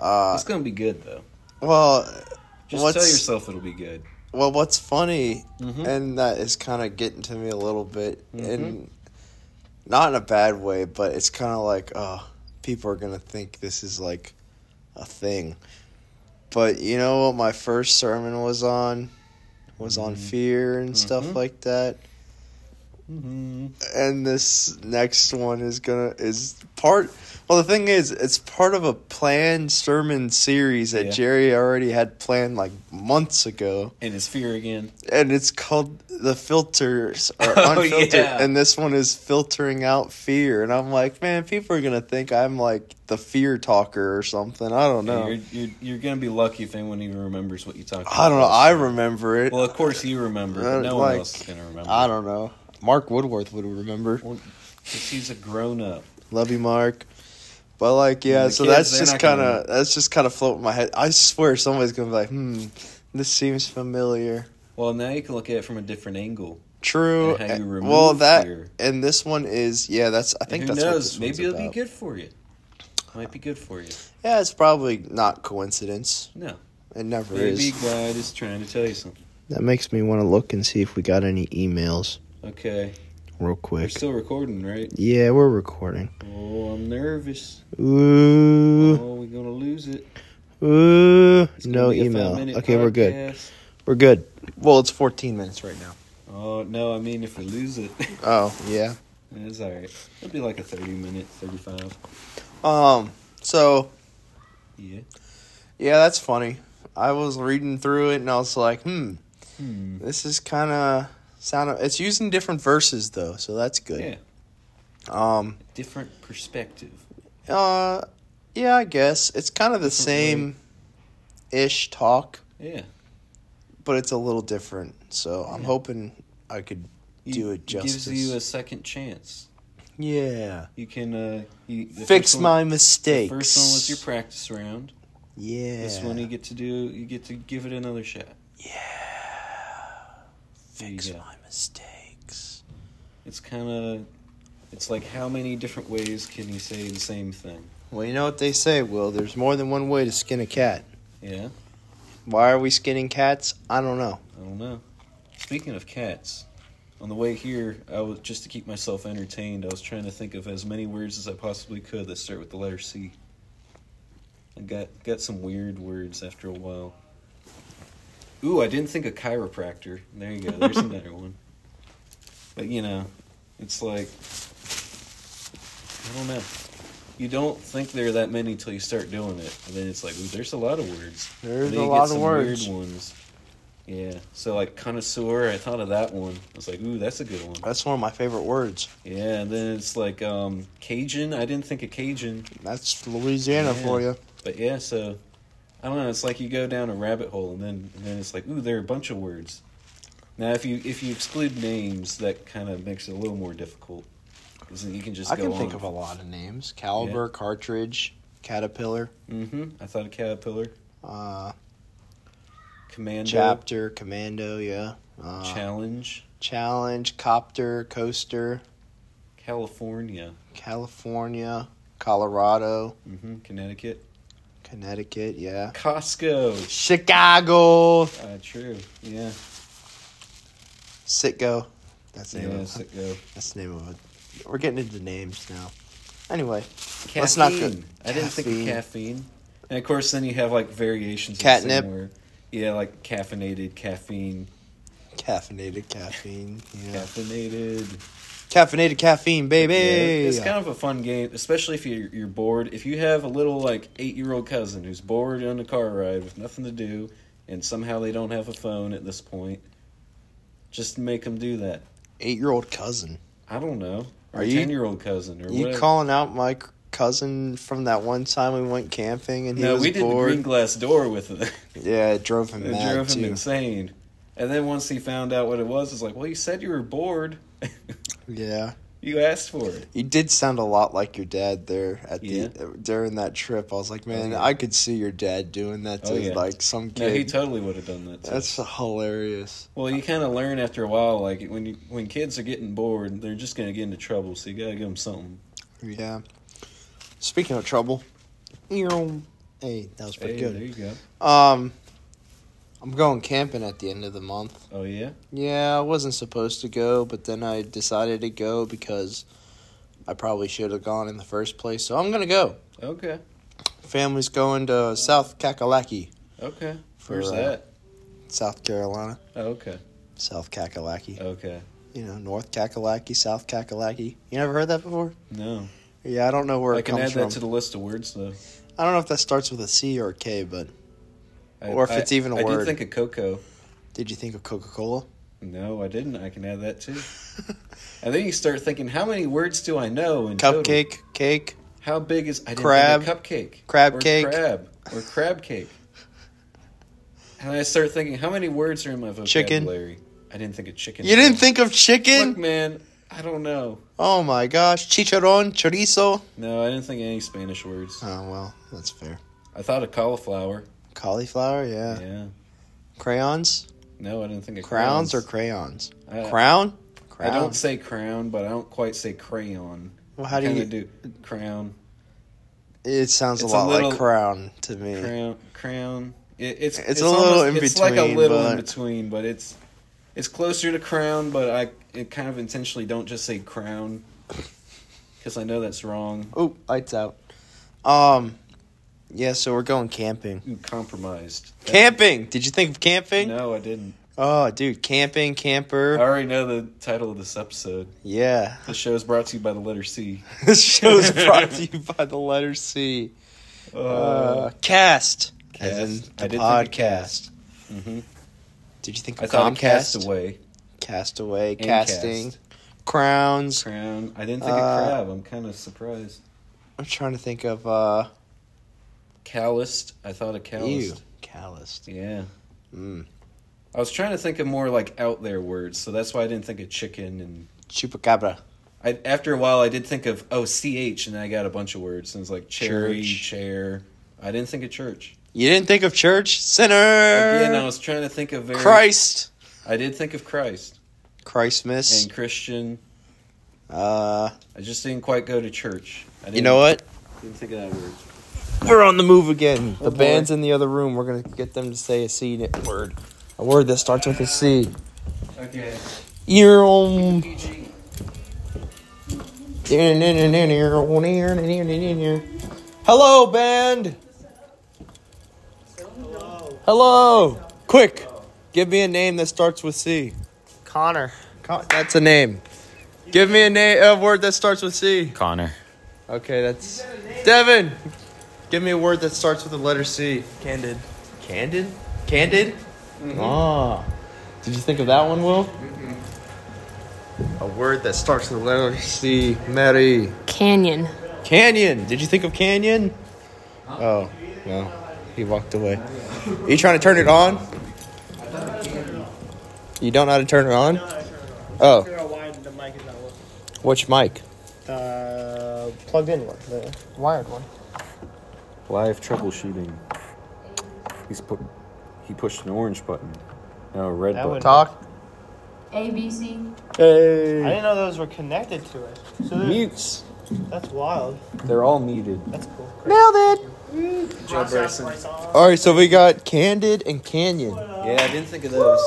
[SPEAKER 3] Uh,
[SPEAKER 1] it's gonna be good though.
[SPEAKER 3] well,
[SPEAKER 1] Just
[SPEAKER 3] what's- Eh.
[SPEAKER 1] tell yourself it'll be good.
[SPEAKER 3] well, what's funny,
[SPEAKER 1] Mhm.
[SPEAKER 3] and that is kind of getting to me a little bit,
[SPEAKER 1] Mhm.
[SPEAKER 3] and not in a bad way, but it's kind of like, oh, people are gonna think this is like a thing. But you know what? My first sermon was on was on
[SPEAKER 1] Mhm.
[SPEAKER 3] fear and stuff
[SPEAKER 1] Mhm.
[SPEAKER 3] like that.
[SPEAKER 1] Mm-hmm.
[SPEAKER 3] and this next one is gonna is part well the thing is it's part of a planned sermon series that
[SPEAKER 1] Yeah.
[SPEAKER 3] jerry already had planned like months ago
[SPEAKER 1] And it's fear again.
[SPEAKER 3] and it's called the filters or
[SPEAKER 1] Oh,
[SPEAKER 3] unfiltered
[SPEAKER 1] yeah.
[SPEAKER 3] and this one is filtering out fear and i'm like man people are gonna think i'm like the fear talker or something i don't know
[SPEAKER 1] You're, you're you're gonna be lucky if anyone even remembers what you talked about.
[SPEAKER 3] i don't know i remember it
[SPEAKER 1] Well, of course you remember, but
[SPEAKER 3] Uh,
[SPEAKER 1] no one
[SPEAKER 3] like,
[SPEAKER 1] else is gonna remember.
[SPEAKER 3] i don't know mark woodworth would remember
[SPEAKER 1] Well, 'cause he's a grown up.
[SPEAKER 3] Love you, Mark. But like, yeah.
[SPEAKER 1] The
[SPEAKER 3] So
[SPEAKER 1] kids,
[SPEAKER 3] that's
[SPEAKER 1] they're
[SPEAKER 3] just
[SPEAKER 1] not
[SPEAKER 3] kind
[SPEAKER 1] gonna
[SPEAKER 3] of that's just kind of floating my head. I swear, somebody's gonna be like, "Hmm, this seems familiar."
[SPEAKER 1] Well, now you can look at it from a different angle.
[SPEAKER 3] True.
[SPEAKER 1] And how you
[SPEAKER 3] eh,
[SPEAKER 1] remove
[SPEAKER 3] well, that
[SPEAKER 1] fear.
[SPEAKER 3] and this one is yeah. That's I think
[SPEAKER 1] Who
[SPEAKER 3] that's what
[SPEAKER 1] knows?
[SPEAKER 3] this
[SPEAKER 1] Maybe
[SPEAKER 3] one's
[SPEAKER 1] it'll
[SPEAKER 3] about.
[SPEAKER 1] be good for you. Might be good for you.
[SPEAKER 3] Yeah, it's probably not coincidence.
[SPEAKER 1] No.
[SPEAKER 3] It never
[SPEAKER 1] Maybe
[SPEAKER 3] is.
[SPEAKER 1] God is trying to tell you something.
[SPEAKER 3] That makes me want to look and see if we got any emails
[SPEAKER 1] Okay.
[SPEAKER 3] real
[SPEAKER 1] We're
[SPEAKER 3] quick.
[SPEAKER 1] still recording, right?
[SPEAKER 3] yeah, we're recording.
[SPEAKER 1] Oh, I'm nervous.
[SPEAKER 3] Ooh,
[SPEAKER 1] Oh, we're gonna lose it.
[SPEAKER 3] ooh,
[SPEAKER 1] Oh. It's gonna
[SPEAKER 3] no
[SPEAKER 1] be a
[SPEAKER 3] email.
[SPEAKER 1] five-minute
[SPEAKER 3] Okay, we're good.
[SPEAKER 1] podcast.
[SPEAKER 3] We're good. Well, it's 14 minutes right now.
[SPEAKER 1] Oh, Oh no, I mean if we lose it,
[SPEAKER 3] Oh yeah.
[SPEAKER 1] it's all right. It'll be like a thirty minute, thirty five.
[SPEAKER 3] Um. So
[SPEAKER 1] Yeah.
[SPEAKER 3] yeah, that's funny. I was reading through it and I was like, hmm,
[SPEAKER 1] Hmm.
[SPEAKER 3] this is kind of sound. It's using different verses though, so that's good.
[SPEAKER 1] Yeah.
[SPEAKER 3] Um.
[SPEAKER 1] Different perspective.
[SPEAKER 3] Uh. Yeah, I guess it's kind of the s
[SPEAKER 1] Different
[SPEAKER 3] same ish talk,
[SPEAKER 1] Yeah.
[SPEAKER 3] but it's a little different. So I'm
[SPEAKER 1] Yeah.
[SPEAKER 3] hoping I could do it
[SPEAKER 1] gives
[SPEAKER 3] justice.
[SPEAKER 1] you a second chance.
[SPEAKER 3] yeah.
[SPEAKER 1] You can uh, you, the
[SPEAKER 3] Fix
[SPEAKER 1] first one-
[SPEAKER 3] my
[SPEAKER 1] the
[SPEAKER 3] mistakes.
[SPEAKER 1] First one was your practice round.
[SPEAKER 3] Yeah.
[SPEAKER 1] This one you get to do. You get to give it another shot. There you
[SPEAKER 3] Fix
[SPEAKER 1] go.
[SPEAKER 3] my mistakes.
[SPEAKER 1] It's kind of. It's like how many different ways can you say the same thing?
[SPEAKER 3] Well, you know what they say, Will. There's more than one way to skin a cat.
[SPEAKER 1] Yeah.
[SPEAKER 3] Why are we skinning cats? I don't know.
[SPEAKER 1] I don't know. Speaking of cats, on the way here, I was just to keep myself entertained. I was trying to think of as many words as I possibly could that start with the letter C. I got got some weird words after a while. Ooh, I didn't think of chiropractor. There you go. There's another one. But you know, it's like I don't know. You don't think there are that many till you start doing it, and then it's like, ooh, there's a lot of words.
[SPEAKER 3] There's
[SPEAKER 1] And then
[SPEAKER 3] a
[SPEAKER 1] you
[SPEAKER 3] lot
[SPEAKER 1] get
[SPEAKER 3] of
[SPEAKER 1] some
[SPEAKER 3] words.
[SPEAKER 1] Weird ones. Yeah. So like connoisseur, I thought of that one. I was like, ooh, that's a good one.
[SPEAKER 3] That's one of my favorite words.
[SPEAKER 1] Yeah. And then it's like um Cajun. I didn't think of Cajun,
[SPEAKER 3] That's Louisiana
[SPEAKER 1] Yeah.
[SPEAKER 3] for you.
[SPEAKER 1] but yeah. So I don't know. It's like you go down a rabbit hole, and then and then it's like, ooh, there are a bunch of words. Now, if you if you exclude names, that kind of makes it a little more difficult. 'Cause then you can just
[SPEAKER 3] I
[SPEAKER 1] go
[SPEAKER 3] can
[SPEAKER 1] on.
[SPEAKER 3] think of a lot of names: caliber, cartridge, caterpillar,
[SPEAKER 1] Mm-hmm. I thought of caterpillar,
[SPEAKER 3] uh,
[SPEAKER 1] commando,
[SPEAKER 3] chapter, commando. Yeah. Uh,
[SPEAKER 1] challenge,
[SPEAKER 3] challenge, copter, coaster,
[SPEAKER 1] California,
[SPEAKER 3] California, Colorado,
[SPEAKER 1] hmm Connecticut,
[SPEAKER 3] Connecticut. Yeah.
[SPEAKER 1] Costco.
[SPEAKER 3] Chicago,
[SPEAKER 1] Uh, true. Yeah.
[SPEAKER 3] Sitgo. That's the name of
[SPEAKER 1] Yeah.
[SPEAKER 3] it.
[SPEAKER 1] so go.
[SPEAKER 3] That's the name of it. We're getting into names now. Anyway,
[SPEAKER 1] Caffeine.
[SPEAKER 3] Let's not go-
[SPEAKER 1] I didn't think of
[SPEAKER 3] Caffeine.
[SPEAKER 1] caffeine. And of course, then you have like variations. of the same
[SPEAKER 3] Catnip.
[SPEAKER 1] word. Yeah, like caffeinated, caffeine,
[SPEAKER 3] caffeinated caffeine. Yeah.
[SPEAKER 1] caffeinated.
[SPEAKER 3] Caffeinated caffeine, baby.
[SPEAKER 1] Yeah, it's kind of a fun game, especially if you're, you're bored. If you have a little like eight year old cousin who's bored on a car ride with nothing to do, and somehow they don't have a phone at this point, just make them do that.
[SPEAKER 3] Eight year old cousin.
[SPEAKER 1] I don't know. Or
[SPEAKER 3] Are
[SPEAKER 1] a
[SPEAKER 3] you-
[SPEAKER 1] ten year old cousin or
[SPEAKER 3] You
[SPEAKER 1] whatever.
[SPEAKER 3] calling out my c- cousin from that one time we went camping and he
[SPEAKER 1] no,
[SPEAKER 3] was
[SPEAKER 1] we did
[SPEAKER 3] bored?
[SPEAKER 1] green glass door with it.
[SPEAKER 3] Yeah, it drove him
[SPEAKER 1] It
[SPEAKER 3] mad
[SPEAKER 1] drove him
[SPEAKER 3] too.
[SPEAKER 1] insane. And then once he found out what it was, it's like, well, you said you were bored.
[SPEAKER 3] Yeah,
[SPEAKER 1] you asked for it.
[SPEAKER 3] you did sound a lot like your dad there at
[SPEAKER 1] Yeah.
[SPEAKER 3] the during that trip. I was like, man,
[SPEAKER 1] yeah.
[SPEAKER 3] I could see your dad doing that to
[SPEAKER 1] Oh, yeah.
[SPEAKER 3] like some
[SPEAKER 1] No, he
[SPEAKER 3] kid.
[SPEAKER 1] totally would have done that. Too.
[SPEAKER 3] That's hilarious.
[SPEAKER 1] well, you kind of learn after a while, like when you, when kids are getting bored, they're just gonna get into trouble. So you gotta give them something.
[SPEAKER 3] Yeah. Speaking of trouble, hey, that was pretty
[SPEAKER 1] Hey,
[SPEAKER 3] good.
[SPEAKER 1] There you go.
[SPEAKER 3] Um, I'm going camping at the end of the month.
[SPEAKER 1] Oh yeah.
[SPEAKER 3] Yeah, I wasn't supposed to go, but then I decided to go because I probably should have gone in the first place. So I'm gonna go.
[SPEAKER 1] Okay.
[SPEAKER 3] Family's going to South Kakalaki,
[SPEAKER 1] Okay.
[SPEAKER 3] For,
[SPEAKER 1] Where's
[SPEAKER 3] uh,
[SPEAKER 1] that?
[SPEAKER 3] South Carolina.
[SPEAKER 1] Oh, okay.
[SPEAKER 3] South Kakalaki.
[SPEAKER 1] Okay.
[SPEAKER 3] You know, North Kakalaki, South Kakalaki. You never heard that before?
[SPEAKER 1] No.
[SPEAKER 3] Yeah, I don't know where
[SPEAKER 1] I
[SPEAKER 3] it
[SPEAKER 1] can
[SPEAKER 3] comes
[SPEAKER 1] add
[SPEAKER 3] from.
[SPEAKER 1] that to the list of words though.
[SPEAKER 3] I don't know if that starts with a C or a K, but
[SPEAKER 1] I,
[SPEAKER 3] Or if
[SPEAKER 1] I-
[SPEAKER 3] it's even a
[SPEAKER 1] I
[SPEAKER 3] word.
[SPEAKER 1] did think of cocoa.
[SPEAKER 3] did you think of Coca Cola?
[SPEAKER 1] No, I didn't. I can add that too. and then you start thinking, how many words do I know? In total?
[SPEAKER 3] Cupcake, cake,
[SPEAKER 1] How big is I didn't
[SPEAKER 3] Crab.
[SPEAKER 1] Think of cupcake,
[SPEAKER 3] Crab
[SPEAKER 1] or
[SPEAKER 3] cake.
[SPEAKER 1] crab or crab cake? And I start thinking, how many words are in my
[SPEAKER 3] Chicken.
[SPEAKER 1] vocabulary? I didn't think of chicken.
[SPEAKER 3] You didn't think of chicken?
[SPEAKER 1] Look, man, I don't know.
[SPEAKER 3] Oh my gosh, chicharrón, chorizo.
[SPEAKER 1] No, I didn't think of any Spanish words.
[SPEAKER 3] Oh well, that's fair.
[SPEAKER 1] I thought of cauliflower.
[SPEAKER 3] Cauliflower, yeah.
[SPEAKER 1] Yeah.
[SPEAKER 3] Crayons,
[SPEAKER 1] No, I didn't think of
[SPEAKER 3] crowns, or
[SPEAKER 1] crowns.
[SPEAKER 3] crayons.
[SPEAKER 1] Uh, I-
[SPEAKER 3] Crown,
[SPEAKER 1] I
[SPEAKER 3] crown.
[SPEAKER 1] don't say crown, but I don't quite say crayon.
[SPEAKER 3] well, how do you?
[SPEAKER 1] do crown?
[SPEAKER 3] It sounds a
[SPEAKER 1] It's a
[SPEAKER 3] lot
[SPEAKER 1] little-
[SPEAKER 3] like crown to me.
[SPEAKER 1] Crown, crown. It, it's,
[SPEAKER 3] It's a little in
[SPEAKER 1] It's like a
[SPEAKER 3] between,
[SPEAKER 1] little in
[SPEAKER 3] but-
[SPEAKER 1] between, but it's it's closer to crown. But I it kind of intentionally don't just say crown because I know that's wrong.
[SPEAKER 3] Oh, lights out. Um, yeah. So we're going camping.
[SPEAKER 1] Ooh, compromised.
[SPEAKER 3] Camping. Did you think of camping?
[SPEAKER 1] No, I didn't.
[SPEAKER 3] Oh, dude, camping, camper.
[SPEAKER 1] I already know the title of this episode.
[SPEAKER 3] Yeah.
[SPEAKER 1] The show is brought to you by the letter C.
[SPEAKER 3] this show is brought to you by the letter C. Uh, cast. As in
[SPEAKER 1] Cast.
[SPEAKER 3] the
[SPEAKER 1] I did think of
[SPEAKER 3] podcast.
[SPEAKER 1] hmm
[SPEAKER 3] Did you think
[SPEAKER 1] I
[SPEAKER 3] of Comcast?
[SPEAKER 1] thought of Castaway.
[SPEAKER 3] Castaway,
[SPEAKER 1] and
[SPEAKER 3] casting,
[SPEAKER 1] Cast.
[SPEAKER 3] crowns.
[SPEAKER 1] Crown. I didn't think
[SPEAKER 3] Uh,
[SPEAKER 1] of Crab. I'm kind of surprised.
[SPEAKER 3] I'm trying to think of uh,
[SPEAKER 1] Calloused. I thought
[SPEAKER 3] you.
[SPEAKER 1] of calloused.
[SPEAKER 3] Calloused.
[SPEAKER 1] Yeah.
[SPEAKER 3] Mm.
[SPEAKER 1] I was trying to think of more like out there words, so that's why I didn't think of chicken. And
[SPEAKER 3] Chupacabra.
[SPEAKER 1] I, after a while, I did think of oh ch, and then I got a bunch of words, and it's like cherry,
[SPEAKER 3] Church.
[SPEAKER 1] chair. I didn't think of church.
[SPEAKER 3] You didn't think of church? Sinner.
[SPEAKER 1] Again, I was trying to think of very,
[SPEAKER 3] Christ.
[SPEAKER 1] I did think of Christ
[SPEAKER 3] Christmas.
[SPEAKER 1] and Christian.
[SPEAKER 3] Uh,
[SPEAKER 1] I just didn't quite go to church. I didn't,
[SPEAKER 3] you know what?
[SPEAKER 1] Didn't think of that word.
[SPEAKER 3] We're on the move again.
[SPEAKER 1] Oh,
[SPEAKER 3] the
[SPEAKER 1] boy.
[SPEAKER 3] band's in the other room. We're gonna get them to say a C n- word, a word that starts with a C.
[SPEAKER 1] Okay.
[SPEAKER 3] Earl.
[SPEAKER 1] PG.
[SPEAKER 3] Hello, band. Hello. Quick, give me a name that starts with C. Connor. Con- that's a name. Give me a name, a word that starts with C.
[SPEAKER 4] Connor.
[SPEAKER 3] Okay, that's Devin. Give me a word that starts with the letter C. Candid. Candid. Candid. Ah. Did you think of that one, Will? A word that starts with the letter C. Mary.
[SPEAKER 5] Canyon.
[SPEAKER 3] Canyon. Did you think of canyon? Oh no, he walked away. Are you trying to turn it on? You don't know how to turn it on? Oh,
[SPEAKER 6] figure out why the mic is not working.
[SPEAKER 3] which mic?
[SPEAKER 6] Uh, plugged in one, the wired one.
[SPEAKER 1] Live troubleshooting. He's put. He pushed an orange button. No, a red
[SPEAKER 6] That would-
[SPEAKER 3] Talk.
[SPEAKER 5] A B C.
[SPEAKER 6] I
[SPEAKER 3] Hey.
[SPEAKER 6] didn't know those were connected to it. So there-
[SPEAKER 1] Mutes.
[SPEAKER 6] that's wild.
[SPEAKER 1] They're all muted.
[SPEAKER 6] That's cool.
[SPEAKER 3] Nailed it.
[SPEAKER 1] Joe Bryson.
[SPEAKER 3] All right, so we got Candid and Canyon.
[SPEAKER 1] Yeah, I didn't think of those.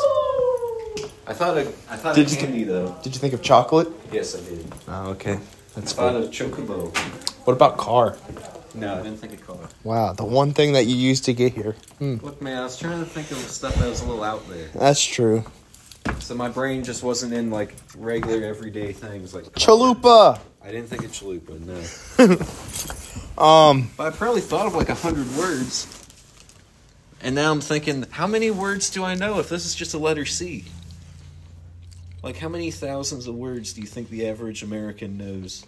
[SPEAKER 1] I thought of, I thought
[SPEAKER 3] Did
[SPEAKER 1] of
[SPEAKER 3] you-
[SPEAKER 1] candy though.
[SPEAKER 3] Did you think of chocolate?
[SPEAKER 1] Yes, I did.
[SPEAKER 3] Oh, okay. That's
[SPEAKER 1] Thought of chocobo.
[SPEAKER 3] What about car?
[SPEAKER 1] No, I didn't think of car.
[SPEAKER 3] Wow, the one thing that you used to get here.
[SPEAKER 1] Look, man, I was trying to think of stuff that was a little out there,
[SPEAKER 3] That's true.
[SPEAKER 1] so my brain just wasn't in like regular everyday things like car.
[SPEAKER 3] Chalupa.
[SPEAKER 1] I didn't think of chalupa. No,
[SPEAKER 3] Um,
[SPEAKER 1] but I probably thought of like a hundred words. And now I'm thinking, how many words do I know if this is just a letter C? Like, how many thousands of words do you think the average American knows?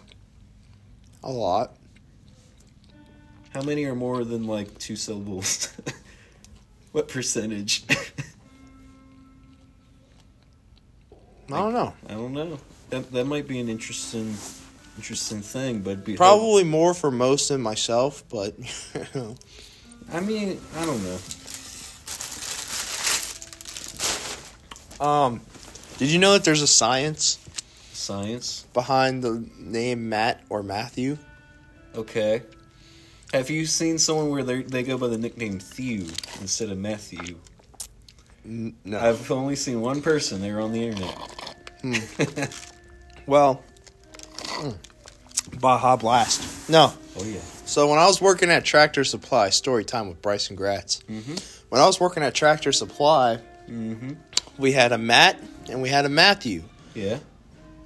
[SPEAKER 3] a lot.
[SPEAKER 1] How many are more than like two syllables? what percentage?
[SPEAKER 3] I don't know.
[SPEAKER 1] I don't know. That that might be an interesting interesting thing, but it'd be
[SPEAKER 3] Probably more for most than myself, but
[SPEAKER 1] I mean, I don't know.
[SPEAKER 3] um, did you know that there's a science
[SPEAKER 1] Science.
[SPEAKER 3] behind the name Matt or Matthew?
[SPEAKER 1] Okay. Have you seen someone where they they go by the nickname Thew instead of Matthew?
[SPEAKER 3] N- no.
[SPEAKER 1] I've only seen one person. They were on the internet.
[SPEAKER 3] well, mm, Baja Blast. No.
[SPEAKER 1] Oh yeah.
[SPEAKER 3] So when I was working at Tractor Supply, story time with Bryson Gratz. When I was working at Tractor Supply,
[SPEAKER 1] Mm-hmm.
[SPEAKER 3] we had a Matt and we had a Matthew.
[SPEAKER 1] Yeah.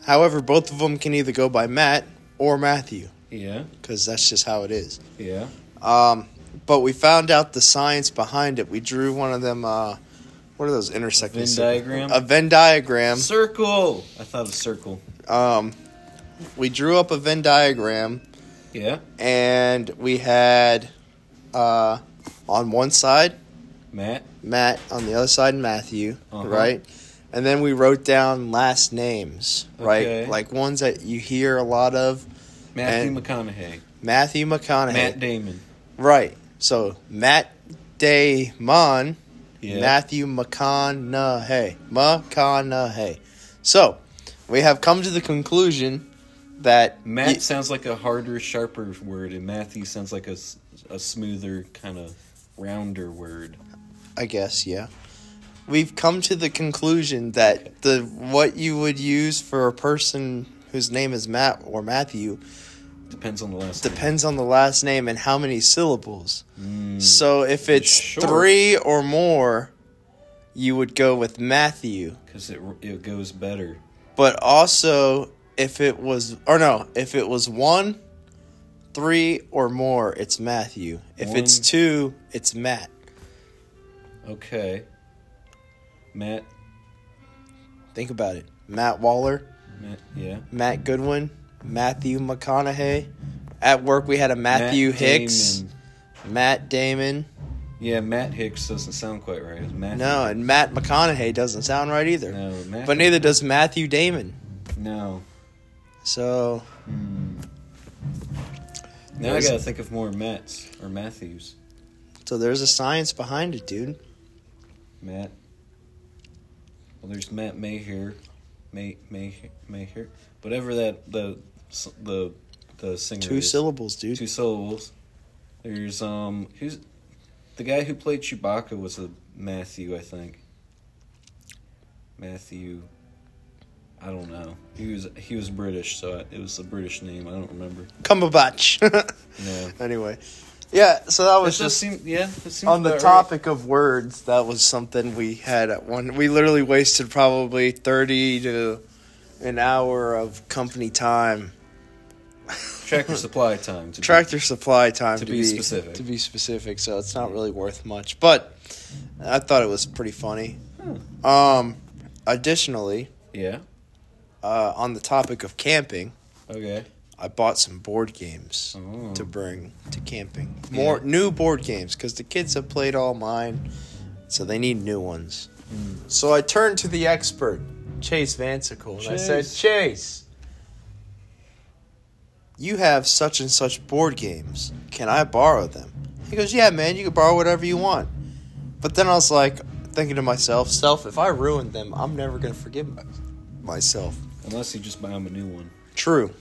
[SPEAKER 3] However, both of them can either go by Matt or Matthew
[SPEAKER 1] Yeah.
[SPEAKER 3] because that's just how it is.
[SPEAKER 1] Yeah.
[SPEAKER 3] Um, but we found out the science behind it. We drew one of them. Uh, what are those intersecting?
[SPEAKER 1] Venn
[SPEAKER 3] circles?
[SPEAKER 1] diagram?
[SPEAKER 3] A Venn diagram.
[SPEAKER 1] Circle. I thought of circle.
[SPEAKER 3] Um, we drew up a Venn diagram.
[SPEAKER 1] Yeah.
[SPEAKER 3] and we had uh, on one side
[SPEAKER 1] Matt.
[SPEAKER 3] Matt, on the other side Matthew,
[SPEAKER 1] Uh-huh.
[SPEAKER 3] right? And then we wrote down last names,
[SPEAKER 1] Okay.
[SPEAKER 3] right? Like ones that you hear a lot of.
[SPEAKER 1] Matthew
[SPEAKER 3] And-
[SPEAKER 1] McConaughey.
[SPEAKER 3] Matthew McConaughey,
[SPEAKER 1] Matt Damon.
[SPEAKER 3] right? So Matt Damon,
[SPEAKER 1] Yeah.
[SPEAKER 3] Matthew McConaughey, McConaughey. So we have come to the conclusion that
[SPEAKER 1] Matt
[SPEAKER 3] y-
[SPEAKER 1] sounds like a harder, sharper word, and Matthew sounds like a, s- a smoother, kind of rounder word.
[SPEAKER 3] I guess, yeah. We've come to the conclusion that the what you would use for a person whose name is Matt or Matthew
[SPEAKER 1] Depends on the last. name.
[SPEAKER 3] depends on the last name and how many syllables. So if it's
[SPEAKER 1] Hmm. Sure.
[SPEAKER 3] three or more, you would go with Matthew.
[SPEAKER 1] because it it goes better.
[SPEAKER 3] But also, if it was, or no, if it was one, three, or more, it's Matthew. If it's
[SPEAKER 1] One.
[SPEAKER 3] two, it's Matt.
[SPEAKER 1] Okay. Matt,
[SPEAKER 3] Think about it. Matt Waller,
[SPEAKER 1] Matt, yeah.
[SPEAKER 3] Matt Goodwin, Matthew McConaughey. At work, we had a Matthew
[SPEAKER 1] Matt
[SPEAKER 3] Hicks,
[SPEAKER 1] Damon.
[SPEAKER 3] Matt Damon.
[SPEAKER 1] Yeah, Matt Hicks doesn't sound quite right. It's Matt.
[SPEAKER 3] No, and Matt McConaughey doesn't sound right either.
[SPEAKER 1] No, Matt.
[SPEAKER 3] But neither does Matthew Damon.
[SPEAKER 1] No.
[SPEAKER 3] So
[SPEAKER 1] Now I gotta think of more Matts or Matthews.
[SPEAKER 3] So there's a science behind it, dude.
[SPEAKER 1] Matt. Well, there's Matt Mayher, May May Mayher, whatever that the the the singer.
[SPEAKER 3] Two
[SPEAKER 1] is.
[SPEAKER 3] syllables, dude.
[SPEAKER 1] Two syllables. There's um who's the guy who played Chewbacca was a Matthew, I think. Matthew. I don't know. He was he was British, so it was a British name. I don't remember.
[SPEAKER 3] Cumberbatch.
[SPEAKER 1] No.
[SPEAKER 3] anyway, yeah. So that
[SPEAKER 1] It
[SPEAKER 3] was just
[SPEAKER 1] just, seem yeah. It seems
[SPEAKER 3] on the
[SPEAKER 1] about right.
[SPEAKER 3] topic of words. That was something we had at one. We literally wasted probably thirty to an hour of company time,
[SPEAKER 1] Tractor Supply time. To be-
[SPEAKER 3] tractor supply time
[SPEAKER 1] To be specific.
[SPEAKER 3] To be specific. So it's not really worth much, but I thought it was pretty funny.
[SPEAKER 1] Hmm.
[SPEAKER 3] Um, additionally,
[SPEAKER 1] Yeah.
[SPEAKER 3] uh, on the topic of camping.
[SPEAKER 1] Okay.
[SPEAKER 3] I bought some board games
[SPEAKER 1] Oh.
[SPEAKER 3] to bring to camping. More new board games because the kids have played all mine, so they need new ones. So I turned to the expert, Chase Vansicle, and I said,
[SPEAKER 1] Chase.
[SPEAKER 3] Chase, you have such and such board games. Can I borrow them? He goes, Yeah, man, you can borrow whatever you want. But then I was like, thinking to myself, self, if I ruined them, I'm never going to forgive my- myself.
[SPEAKER 1] Unless you just buy him a new one.
[SPEAKER 3] True.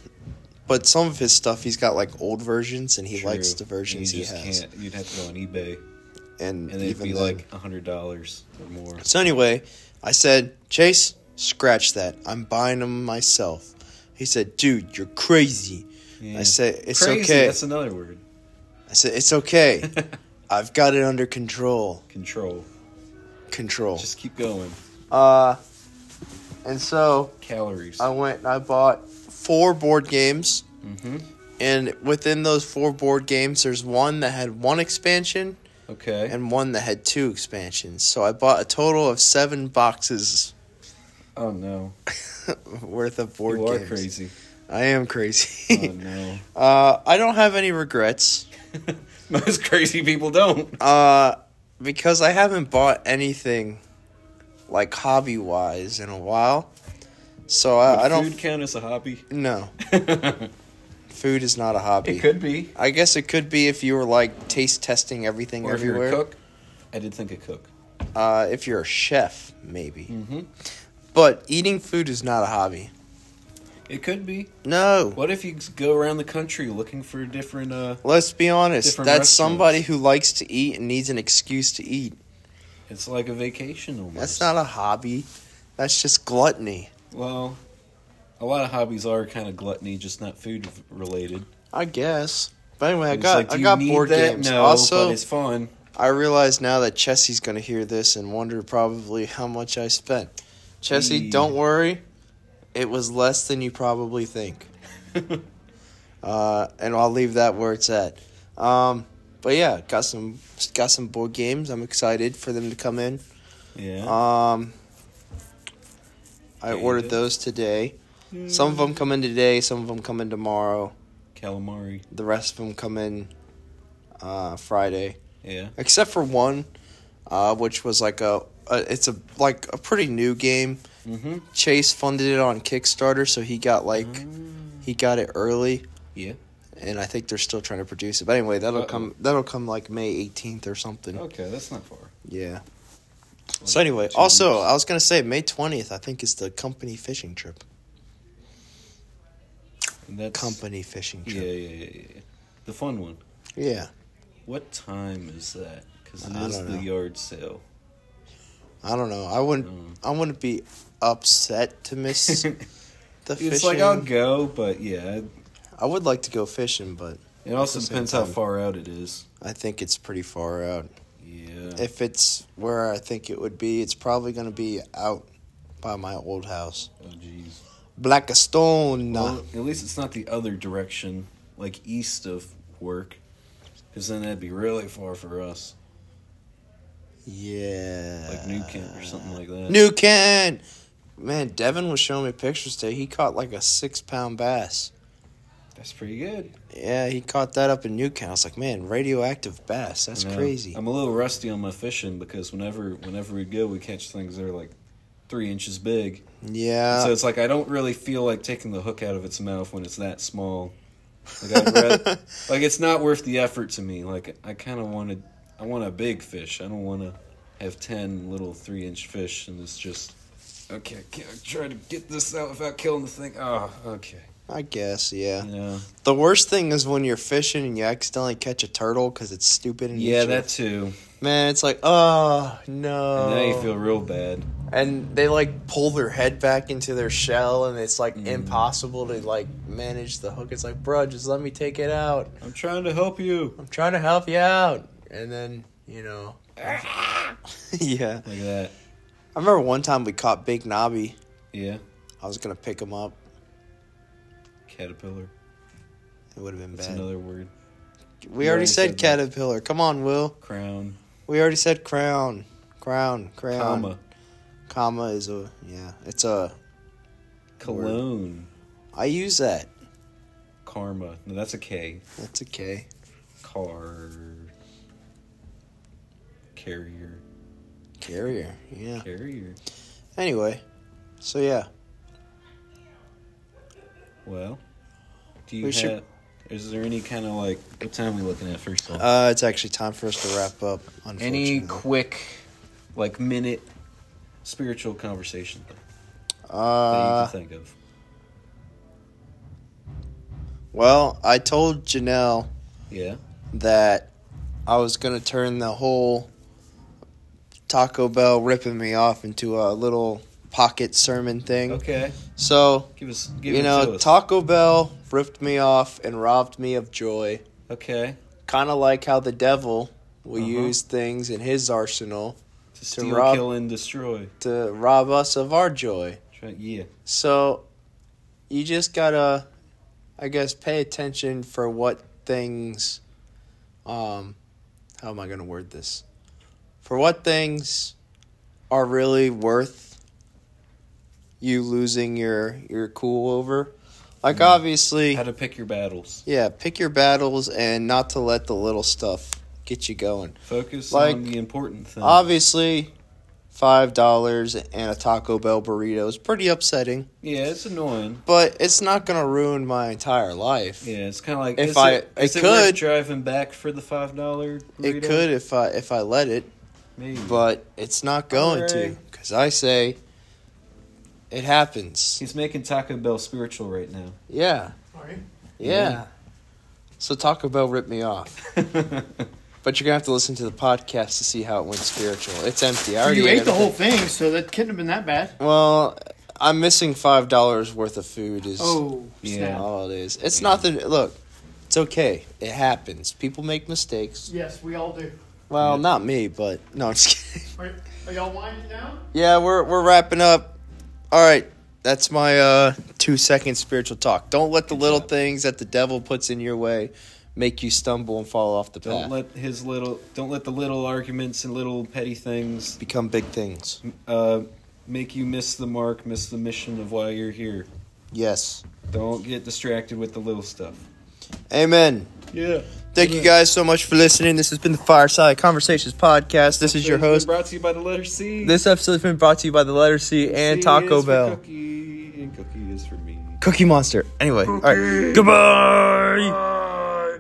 [SPEAKER 3] But some of his stuff, he's got like old versions, and he
[SPEAKER 1] True.
[SPEAKER 3] likes the versions
[SPEAKER 1] You
[SPEAKER 3] he
[SPEAKER 1] just
[SPEAKER 3] has.
[SPEAKER 1] Can't, you'd have to go on eBay,
[SPEAKER 3] And,
[SPEAKER 1] and it'd
[SPEAKER 3] even
[SPEAKER 1] be
[SPEAKER 3] then-
[SPEAKER 1] like a hundred dollars or more.
[SPEAKER 3] So anyway, I said, Chase, scratch that. I'm buying them myself. He said, Dude, you're crazy.
[SPEAKER 1] Yeah.
[SPEAKER 3] I said, It's
[SPEAKER 1] Crazy,
[SPEAKER 3] okay.
[SPEAKER 1] That's another word.
[SPEAKER 3] I said, It's okay. I've got it under control.
[SPEAKER 1] Control.
[SPEAKER 3] Control.
[SPEAKER 1] Just keep going.
[SPEAKER 3] Uh, and so
[SPEAKER 1] Calories.
[SPEAKER 3] I went and I bought four board games.
[SPEAKER 1] Mm-hmm.
[SPEAKER 3] And within those four board games, there's one that had one expansion,
[SPEAKER 1] Okay.
[SPEAKER 3] and one that had two expansions. So I bought a total of seven boxes
[SPEAKER 1] oh no.
[SPEAKER 3] worth of board
[SPEAKER 1] You are
[SPEAKER 3] games.
[SPEAKER 1] crazy.
[SPEAKER 3] I am
[SPEAKER 1] Oh
[SPEAKER 3] crazy.
[SPEAKER 1] no.
[SPEAKER 3] uh, I don't have any regrets
[SPEAKER 1] Most crazy people don't.
[SPEAKER 3] uh, because I haven't bought anything like hobby wise in a while. So
[SPEAKER 1] Would
[SPEAKER 3] Uh, I, I don't.
[SPEAKER 1] Food count as a hobby.
[SPEAKER 3] No,
[SPEAKER 1] it
[SPEAKER 3] food is not a hobby.
[SPEAKER 1] could be.
[SPEAKER 3] I guess it could be if you were like taste testing everything
[SPEAKER 1] Or if you're
[SPEAKER 3] everywhere.
[SPEAKER 1] a cook. I did think a cook.
[SPEAKER 3] Uh, if you're a chef, maybe.
[SPEAKER 1] Mm-hmm.
[SPEAKER 3] But eating food is not a hobby.
[SPEAKER 1] It could be.
[SPEAKER 3] No.
[SPEAKER 1] What if you go around the country looking for different? uh
[SPEAKER 3] Let's be honest.
[SPEAKER 1] Different
[SPEAKER 3] that's
[SPEAKER 1] restaurants.
[SPEAKER 3] somebody who likes to eat and needs an excuse to eat.
[SPEAKER 1] It's like a vacation almost.
[SPEAKER 3] That's not a hobby. That's just gluttony.
[SPEAKER 1] Well, a lot of hobbies are kind of gluttony, just not food related.
[SPEAKER 3] I guess. But anyway, I
[SPEAKER 1] It's
[SPEAKER 3] got
[SPEAKER 1] like, do
[SPEAKER 3] I
[SPEAKER 1] you
[SPEAKER 3] got
[SPEAKER 1] need
[SPEAKER 3] board
[SPEAKER 1] that?
[SPEAKER 3] games.
[SPEAKER 1] No, but
[SPEAKER 3] also,
[SPEAKER 1] it's fun.
[SPEAKER 3] I realize now that Chessie's going to hear this and wonder probably how much I spent. Chessie,
[SPEAKER 1] Hey.
[SPEAKER 3] don't worry. It was less than you probably think. uh, and I'll leave that where it's at. Um, but yeah, got some got some board games. I'm excited for them to come in.
[SPEAKER 1] Yeah.
[SPEAKER 3] Um, I
[SPEAKER 1] Yeah, you
[SPEAKER 3] ordered
[SPEAKER 1] did.
[SPEAKER 3] those today. Some of them come in today. Some of them come in tomorrow.
[SPEAKER 1] Calamari.
[SPEAKER 3] The rest of them come in uh, Friday,
[SPEAKER 1] Yeah.
[SPEAKER 3] except for one, uh, which was like a, a it's a like a pretty new game.
[SPEAKER 1] Mm-hmm.
[SPEAKER 3] Chase funded it on Kickstarter, so he got like he got it early,
[SPEAKER 1] Yeah.
[SPEAKER 3] and I think they're still trying to produce it. But anyway, that'll
[SPEAKER 1] Uh-oh.
[SPEAKER 3] come that'll come like May 18th or something.
[SPEAKER 1] Okay, that's not far.
[SPEAKER 3] Yeah.
[SPEAKER 1] Like
[SPEAKER 3] So anyway,
[SPEAKER 1] two
[SPEAKER 3] also
[SPEAKER 1] weeks.
[SPEAKER 3] I was gonna say May twentieth. I think is the company fishing trip.
[SPEAKER 1] And that's,
[SPEAKER 3] uh, Company fishing
[SPEAKER 1] Yeah,
[SPEAKER 3] trip.
[SPEAKER 1] yeah, yeah, yeah, yeah. The fun one.
[SPEAKER 3] Yeah.
[SPEAKER 1] What time is that? Because it
[SPEAKER 3] I
[SPEAKER 1] is
[SPEAKER 3] don't
[SPEAKER 1] the
[SPEAKER 3] know.
[SPEAKER 1] yard sale.
[SPEAKER 3] I don't know. I wouldn't.
[SPEAKER 1] Mm.
[SPEAKER 3] I wouldn't be upset to miss the
[SPEAKER 1] it's
[SPEAKER 3] fishing.
[SPEAKER 1] like I'll go, but yeah,
[SPEAKER 3] I would like to go fishing, but
[SPEAKER 1] it also
[SPEAKER 3] the same
[SPEAKER 1] depends how
[SPEAKER 3] time.
[SPEAKER 1] far out it is.
[SPEAKER 3] I think it's pretty far out.
[SPEAKER 1] Yeah. Yeah.
[SPEAKER 3] If it's where I think it would be, it's probably going to be out by my old house.
[SPEAKER 1] oh, jeez.
[SPEAKER 3] Blackstone.
[SPEAKER 1] Well, at least it's not the other direction, like east of work, because then that'd be really far for us,
[SPEAKER 3] Yeah.
[SPEAKER 1] like New Kent or something like that.
[SPEAKER 3] New Kent. Man, Devin was showing me pictures today. He caught like a six pound bass.
[SPEAKER 1] That's pretty good.
[SPEAKER 3] Yeah, he caught that up in New Kent. I was like, man, radioactive bass. That's
[SPEAKER 1] I know.
[SPEAKER 3] crazy.
[SPEAKER 1] I'm a little rusty on my fishing because whenever whenever we go, we catch things that are like three inches big.
[SPEAKER 3] yeah.
[SPEAKER 1] so it's like I don't really feel like taking the hook out of its mouth when it's that small. Like, I'd rather, like it's not worth the effort to me. Like I kind of wanted, I want a big fish. I don't want to have ten little three inch fish, and it's just okay. I can't try to get this out without killing the thing. Oh, okay.
[SPEAKER 3] I guess, yeah.
[SPEAKER 1] Yeah,
[SPEAKER 3] The worst thing is when you're fishing and you accidentally catch a turtle because it's stupid. And
[SPEAKER 1] yeah, that too.
[SPEAKER 3] Man, it's like, oh,
[SPEAKER 1] And
[SPEAKER 3] no.
[SPEAKER 1] now you feel real bad.
[SPEAKER 3] and they like pull their head back into their shell and it's
[SPEAKER 1] Mm.
[SPEAKER 3] like impossible to like manage the hook it's like bro just let me take it out
[SPEAKER 1] I'm trying to help you.
[SPEAKER 3] i'm trying to help you out and then you know yeah
[SPEAKER 1] Like that.
[SPEAKER 3] i remember one time we caught big knobby
[SPEAKER 1] Yeah,
[SPEAKER 3] i was gonna pick him up
[SPEAKER 1] caterpillar.
[SPEAKER 3] it would have been
[SPEAKER 1] That's
[SPEAKER 3] bad
[SPEAKER 1] another word.
[SPEAKER 3] we already
[SPEAKER 1] you already
[SPEAKER 3] said,
[SPEAKER 1] said that.
[SPEAKER 3] caterpillar come on will
[SPEAKER 1] Crown.
[SPEAKER 3] we already said crown crown crown
[SPEAKER 1] Comma.
[SPEAKER 3] comma is a yeah it's a
[SPEAKER 1] Cologne.
[SPEAKER 3] i use that
[SPEAKER 1] Karma. No, that's a K.
[SPEAKER 3] that's okay
[SPEAKER 1] car carrier
[SPEAKER 3] carrier yeah
[SPEAKER 1] carrier
[SPEAKER 3] anyway so yeah
[SPEAKER 1] well do you
[SPEAKER 3] We
[SPEAKER 1] have
[SPEAKER 3] should-
[SPEAKER 1] is there any kind of like what time are we looking at first off
[SPEAKER 3] Uh, it's actually time for us to wrap up. Unfortunately.
[SPEAKER 1] any quick like minute spiritual conversation thing
[SPEAKER 3] uh,
[SPEAKER 1] that you can think of
[SPEAKER 3] well, I told Janelle
[SPEAKER 1] yeah
[SPEAKER 3] that I was gonna turn the whole Taco Bell ripping me off into a little pocket sermon thing.
[SPEAKER 1] okay
[SPEAKER 3] So
[SPEAKER 1] give us give
[SPEAKER 3] you
[SPEAKER 1] it
[SPEAKER 3] know,
[SPEAKER 1] to us.
[SPEAKER 3] Taco Bell ripped me off and robbed me of joy,
[SPEAKER 1] okay
[SPEAKER 3] kind of like how the devil will
[SPEAKER 1] Uh-huh.
[SPEAKER 3] use things in his arsenal
[SPEAKER 1] to steal
[SPEAKER 3] rob-
[SPEAKER 1] kill and destroy
[SPEAKER 3] to rob us of our joy.
[SPEAKER 1] Try- yeah
[SPEAKER 3] So you just gotta, I guess, pay attention for what things, um, how am I gonna word this? For what things are really worth you losing your your cool over? Like obviously,
[SPEAKER 1] how to pick your battles
[SPEAKER 3] yeah, pick your battles and not to let the little stuff get you going.
[SPEAKER 1] focus
[SPEAKER 3] Like,
[SPEAKER 1] on the important thing
[SPEAKER 3] Obviously, five dollars and a Taco Bell burrito is pretty upsetting.
[SPEAKER 1] yeah it's annoying
[SPEAKER 3] but it's not gonna ruin my entire life.
[SPEAKER 1] yeah, it's kind of like
[SPEAKER 3] If
[SPEAKER 1] is
[SPEAKER 3] I-
[SPEAKER 1] it,
[SPEAKER 3] it
[SPEAKER 1] is it worth
[SPEAKER 3] could-
[SPEAKER 1] driving back for the five dollar.
[SPEAKER 3] It could if I if I let it,
[SPEAKER 1] maybe,
[SPEAKER 3] but it's not going to
[SPEAKER 1] Alright.
[SPEAKER 3] because I say it happens.
[SPEAKER 1] He's making Taco Bell spiritual right now.
[SPEAKER 3] Yeah, yeah. So Taco Bell ripped me off, but you're gonna have to listen to the podcast to see how it went spiritual. It's empty. I already
[SPEAKER 6] You ate the
[SPEAKER 3] everything.
[SPEAKER 6] whole thing, so that couldn't have been that bad.
[SPEAKER 3] Well, I'm missing five dollars worth of food. Is
[SPEAKER 6] Oh,
[SPEAKER 1] Yeah.
[SPEAKER 6] snap.
[SPEAKER 3] all it is. It's nothing. Look, it's okay. It happens. People make mistakes.
[SPEAKER 6] Yes, we all do.
[SPEAKER 3] Well, not me, but no, I'm just kidding.
[SPEAKER 6] Are, are y'all winding down?
[SPEAKER 3] Yeah, we're we're wrapping up. All right, that's my uh, two second spiritual talk. Don't let the little things that the devil puts in your way make you stumble and fall off the
[SPEAKER 1] Don't
[SPEAKER 3] path.
[SPEAKER 1] let his little, don't let the little arguments and little petty things
[SPEAKER 3] Become big things.
[SPEAKER 1] uh, make you miss the mark, miss the mission of why you're here.
[SPEAKER 3] Yes.
[SPEAKER 1] Don't get distracted with the little stuff.
[SPEAKER 3] Amen.
[SPEAKER 1] Yeah.
[SPEAKER 3] Thank you guys so much for listening. This has been the Fireside Conversations podcast. This is your host.
[SPEAKER 1] Brought to you by the letter C.
[SPEAKER 3] This episode has been brought to you by the letter C and
[SPEAKER 1] C
[SPEAKER 3] Taco
[SPEAKER 1] is for
[SPEAKER 3] Bell.
[SPEAKER 1] Cookie and cookie is for me.
[SPEAKER 3] Cookie Monster. Anyway, all right. Goodbye.